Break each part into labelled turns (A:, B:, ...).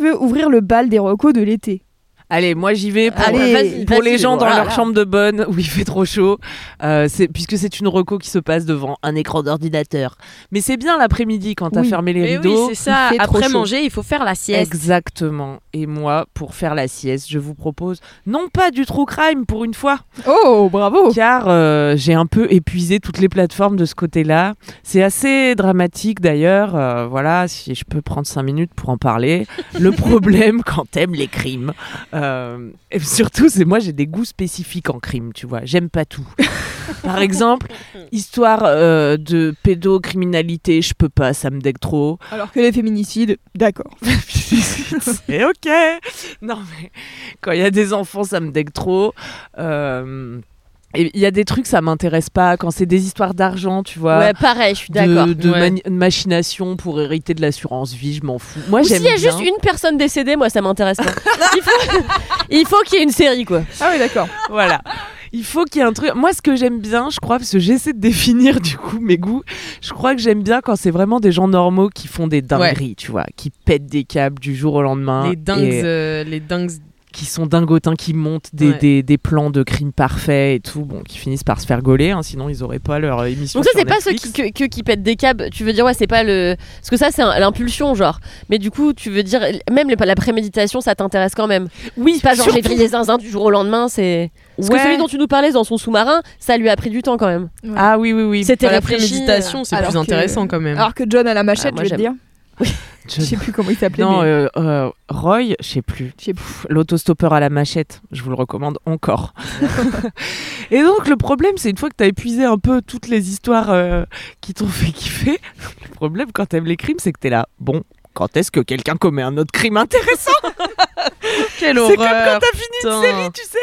A: veut ouvrir le bal des recos de l'été
B: Allez, moi j'y vais pour,
A: Allez,
C: vas-y,
B: pour
C: vas-y,
B: les gens dans
C: voilà.
B: leur chambre de bonne où il fait trop chaud, euh, c'est- puisque c'est une reco qui se passe devant un écran d'ordinateur. Mais c'est bien l'après-midi quand t'as
A: Oui.
B: fermé les
C: Mais Eh oui,
B: rideaux.
C: c'est ça.
A: il fait trop
C: Après
A: chaud.
C: manger, il faut faire la sieste.
B: Exactement. Et moi, pour faire la sieste, je vous propose non pas du true crime pour une fois,
A: Oh, bravo
B: car euh, j'ai un peu épuisé toutes les plateformes de ce côté-là. C'est assez dramatique d'ailleurs. euh, voilà, si je peux prendre cinq minutes pour en parler. Le problème quand t'aimes les crimes, euh, et surtout, c'est moi j'ai des goûts spécifiques en crime. Tu vois, j'aime pas tout. Par exemple, histoire euh, de pédocriminalité, je peux pas, ça me dégue trop.
A: Alors que les féminicides, d'accord.
B: c'est ok. Non, mais quand il y a des enfants, ça me dégue trop. Euh, et Il y a des trucs, ça m'intéresse pas. Quand c'est des histoires d'argent, tu vois.
C: Ouais, pareil, je suis d'accord.
B: de, de
C: Ouais.
B: mani- de machination pour hériter de l'assurance vie, je m'en fous. Moi,
C: Ou
B: j'aime
C: s'il y
B: bien.
C: a juste une personne décédée, moi ça m'intéresse pas. il faut, il faut qu'il y ait une série quoi.
A: Ah oui, d'accord.
B: Voilà. Il faut qu'il y ait un truc. Moi, ce que j'aime bien, je crois, parce que j'essaie de définir du coup mes goûts, je crois que j'aime bien quand c'est vraiment des gens normaux qui font des dingueries, tu vois, qui pètent des câbles du jour au lendemain.
D: Les dingues,
B: Et-
D: euh, les dingues.
B: qui sont dingotins, qui montent des,
D: Ouais.
B: des, des plans de crimes parfaits et tout, bon, qui finissent par se faire gauler, hein, sinon ils auraient pas leur euh, émission.
C: Donc ça
B: sur
C: c'est pas ceux
B: Netflix.
C: qui, que- que qui pètent des câbles. Tu veux dire ouais c'est pas le parce que ça c'est un- l'impulsion genre. Mais du coup tu veux dire même les- la préméditation ça t'intéresse quand même.
B: Oui,
C: C'est pas genre j'ai
B: surtout-
C: grillé zinzin du jour au lendemain c'est. Parce
B: Ouais.
C: que celui dont tu nous parlais dans son sous-marin ça lui a pris du temps quand même.
B: Ah oui, oui, oui.
C: C'était
D: Enfin, la
C: réfléchi,
D: préméditation, c'est
A: alors
D: plus
A: que-
D: intéressant quand même.
A: Alors que John à la
C: Ah,
A: machette,
C: moi,
A: je vais te dire. Je sais plus comment il s'appelait.
B: Non,
A: mais-
B: euh, euh, Roy, je sais plus.
A: Je sais
B: Pff, L'autostoppeur à la machette, je vous le recommande encore. et donc le problème, c'est une fois que t'as épuisé un peu toutes les histoires euh, qui t'ont fait kiffer, le problème quand t'aimes les crimes, c'est que t'es là. Bon, quand est-ce que quelqu'un commet un autre crime intéressant
D: Quelle
B: C'est comme quand t'as fini
D: putain.
B: une série, tu sais.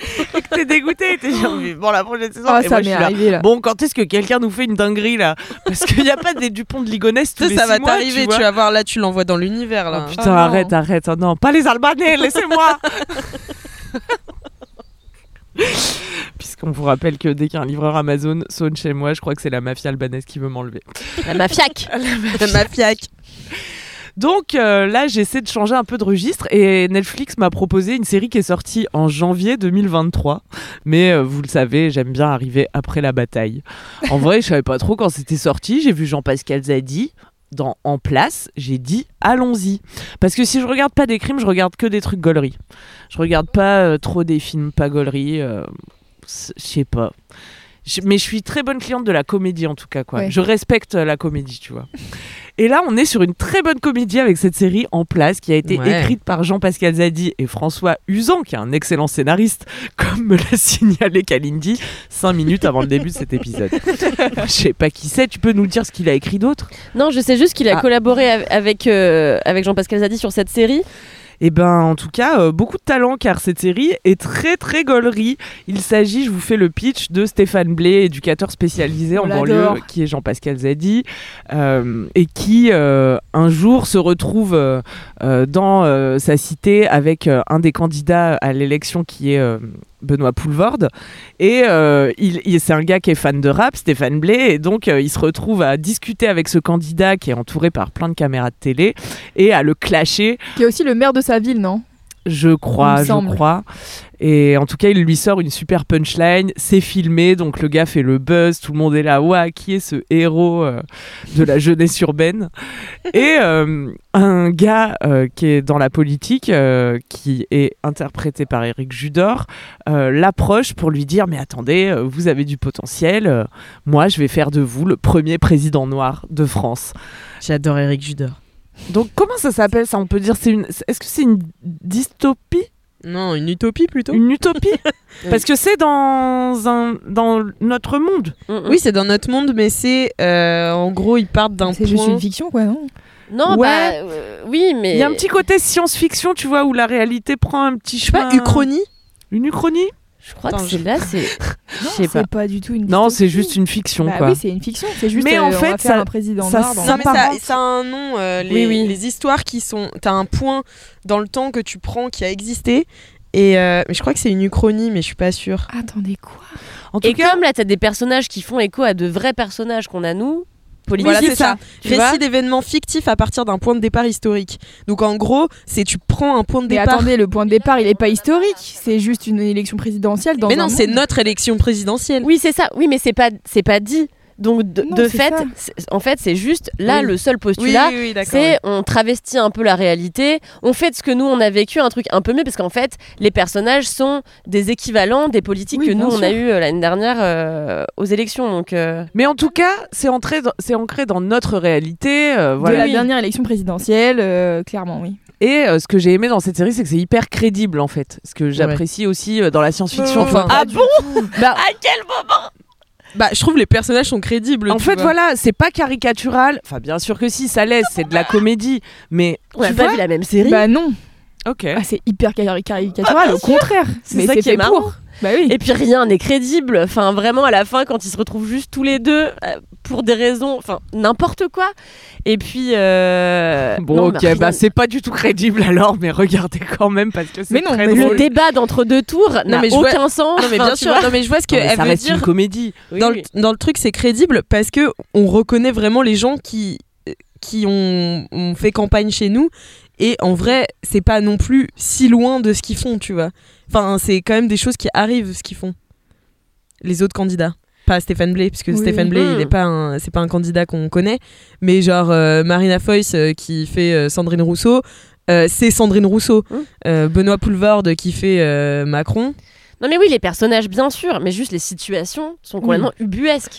B: et que t'es dégoûté, et t'es genre, mais bon, la prochaine saison,
A: Ah,
B: et
A: ça
B: moi, je
A: m'est
B: suis là.
A: arrivé
D: Euh,
A: là.
B: Bon, quand est-ce que quelqu'un nous fait une dinguerie là Parce qu'il n'y a pas des Dupont de Ligonnès tous
D: Tu sais,
B: les
D: ça
B: six
D: va
B: mois,
D: t'arriver, tu,
B: vois.
D: vas voir là, tu l'envoies dans l'univers là.
B: Oh,
A: Oh,
B: putain,
A: non.
B: arrête, arrête. oh, non, pas les Albanais, laissez-moi Puisqu'on vous rappelle que dès qu'un livreur Amazon sonne chez moi, je crois que c'est la mafia albanaise qui veut m'enlever.
C: euh, La mafiaque.
D: ma fiac.
B: Donc euh, là, j'essaie de changer un peu de registre et Netflix m'a proposé une série qui est sortie en janvier 2023. Mais euh, vous le savez, j'aime bien arriver après la bataille. En vrai, je savais pas trop quand c'était sorti. J'ai vu Jean-Pascal Zadi dans En place. J'ai dit allons-y. Parce que si je regarde pas des crimes, je regarde que des trucs gauleries. Je regarde pas euh, trop des films pas gauleries. euh, c'est- je sais pas. Je- mais je suis très bonne cliente de la comédie en tout cas quoi.
A: Ouais.
B: Je respecte euh, la comédie, tu vois. Et là, on est sur une très bonne comédie avec cette série En place qui a été
D: Ouais.
B: écrite par Jean-Pascal Zadi et François Usan, qui est un excellent scénariste, comme me l'a signalé Kalindi cinq minutes avant le début de cet épisode. Je sais pas qui c'est, tu peux nous dire ce qu'il a écrit d'autre
C: Non je sais juste qu'il a
B: Ah.
C: collaboré av- avec euh, avec Jean-Pascal Zadi sur cette série.
B: Eh ben, en tout cas, euh, beaucoup de talent car cette série est très très gaulerie. Il s'agit, je vous fais le pitch, de Stéphane Blé, éducateur spécialisé
A: On
B: en banlieue,
A: l'adore.
B: qui est Jean-Pascal Zadi, euh, et qui euh, un jour se retrouve euh, euh, dans euh, sa cité avec euh, un des candidats à l'élection qui est euh, Benoît Poulvorde. Et euh, il, il- c'est un gars qui est fan de rap, Stéphane Blé, et donc euh, il se retrouve à discuter avec ce candidat qui est entouré par plein de caméras de télé et à le clasher
A: Qui est aussi le maire de sa ville, non
B: je
A: Il
B: crois,
A: me
B: je
A: semble.
B: crois. Et en tout cas, il lui sort une super punchline. C'est filmé, donc le gars fait le buzz. Tout le monde est là. Ouah, qui est ce héros euh, de la jeunesse urbaine Et euh, un gars euh, qui est dans la politique, euh, qui est interprété par Eric Judor, euh, l'approche pour lui dire Mais attendez, euh, vous avez du potentiel. euh, moi, je vais faire de vous le premier président noir de France.
D: J'adore Eric Judor.
B: Donc, comment ça s'appelle ça On peut dire c'est une. Est-ce que c'est une dystopie
D: Non, une utopie plutôt.
B: une utopie Parce que c'est dans, un, dans notre monde.
C: Mm, mm.
D: Oui, c'est dans notre monde, mais c'est euh, en gros, ils partent d'un
A: C'est
D: point.
A: juste une fiction, quoi, non
C: Non
B: Ouais.
C: bah euh, oui mais.
B: Il y a un petit côté science-fiction, tu vois, où la réalité prend un petit
D: Je sais
B: chemin.
D: pas, Uchronie.
B: Une uchronie
C: Je crois
D: Attends,
C: que
D: je-
C: c'est là c'est. Je sais
A: C'est
C: pas.
A: pas. du tout une
B: Non,
A: dystopie.
B: c'est juste une fiction,
A: Bah
B: quoi.
A: oui, c'est une fiction. C'est juste
B: Mais
A: euh,
B: en
A: on va
B: fait,
A: faire
B: ça-
A: un président
B: ça
A: noir dans-
D: Non, mais ça,
B: Apparemment.
D: ça a un nom, euh, les,
C: Oui, oui.
D: les histoires qui sont. T'as un point dans le temps que tu prends qui a existé. Et euh, mais je crois que c'est une uchronie, mais je suis pas sûre.
A: Attendez, quoi
B: En tout
C: Et
B: cas,
C: comme là, t'as des personnages qui font écho à de vrais personnages qu'on a nous, politique.
D: Voilà, c'est
C: tu
D: ça.
C: vois.
D: Récit d'événements fictifs à partir d'un point de départ historique. Donc en gros, c'est tu prends un point de
A: Mais
D: départ.
A: attendez, le point de départ, il est pas historique. C'est juste une élection présidentielle dans
D: mais
A: un
D: non, c'est
A: monde.
D: notre élection présidentielle.
C: Oui, c'est ça. Oui, mais c'est pas c'est pas dit. Donc de,
A: Non,
C: de
A: c'est
C: fait,
A: ça.
C: c'est- en fait, c'est juste là
D: Oui.
C: le seul postulat.
D: C'est-
C: C'est on travestit un peu la réalité, on fait de ce que nous on a vécu un truc un peu mieux parce qu'en fait les personnages sont des équivalents des politiques
A: Oui,
C: que nous
A: bien
C: on a
A: sûr.
C: eu l'année dernière euh, aux élections donc euh,
B: Mais en tout cas, c'est ancré, dans- c'est ancré dans notre réalité. euh,
A: De
B: voilà.
A: la dernière élection présidentielle, euh, clairement, oui.
B: Et euh, ce que j'ai aimé dans cette série, c'est que c'est hyper crédible en fait. Ce que j'apprécie aussi euh, dans la science-fiction.
D: Non,
B: Enfin,
D: pas
B: ah bon
D: Bah,
C: à quel moment
D: bah, je trouve les personnages sont crédibles.
B: En
D: Ah, tu
B: fait,
D: vois.
B: voilà, c'est pas caricatural. Enfin, bien sûr que si, ça laisse, c'est de la comédie. Mais
C: on a
B: tu
C: pas
B: vois
C: vu la même série
A: Bah non,
B: Ok.
A: Ah, c'est hyper cari- caricatural, au contraire.
C: Ah, C'est
A: Mais
C: ça
A: c'est
C: qui est
A: fait
C: marrant.
A: pour. Bah oui.
C: et puis rien n'est crédible enfin vraiment à la fin quand ils se retrouvent juste tous les deux euh, pour des raisons enfin n'importe quoi et puis euh,
B: Bon,
C: non, mais
B: ok,
C: rien-
B: bah c'est pas du tout crédible alors, mais regardez quand même parce que c'est
A: Mais non,
B: très
A: mais
B: drôle.
C: le débat d'entre deux tours n'a
D: mais je
C: aucun sens
D: Non mais
C: Enfin,
D: bien
C: tu
D: sûr.
C: vois.
D: Non mais je vois ce
B: Non, mais
D: qu'elle
B: ça
D: veut
B: reste
D: dire.
B: une comédie.
C: Oui,
D: dans,
C: oui.
D: Le, dans le truc, c'est crédible parce que on reconnaît vraiment les gens qui, qui ont, ont fait campagne chez nous. Et en vrai, c'est pas non plus si loin de ce qu'ils font, tu vois. Enfin, c'est quand même des choses qui arrivent, ce qu'ils font. Les autres candidats. Pas Stéphane Blay, parce que
A: Oui.
D: Stéphane Blay,
C: Mm.
D: il est pas un- c'est pas un candidat qu'on connaît. Mais genre, euh, Marina Foïs euh, qui fait euh, Sandrine Rousseau, euh, c'est Sandrine Rousseau.
C: Mm.
D: Euh, Benoît Poulvord qui fait euh, Macron.
C: Non mais oui, les personnages bien sûr, mais juste les situations sont complètement ubuesques.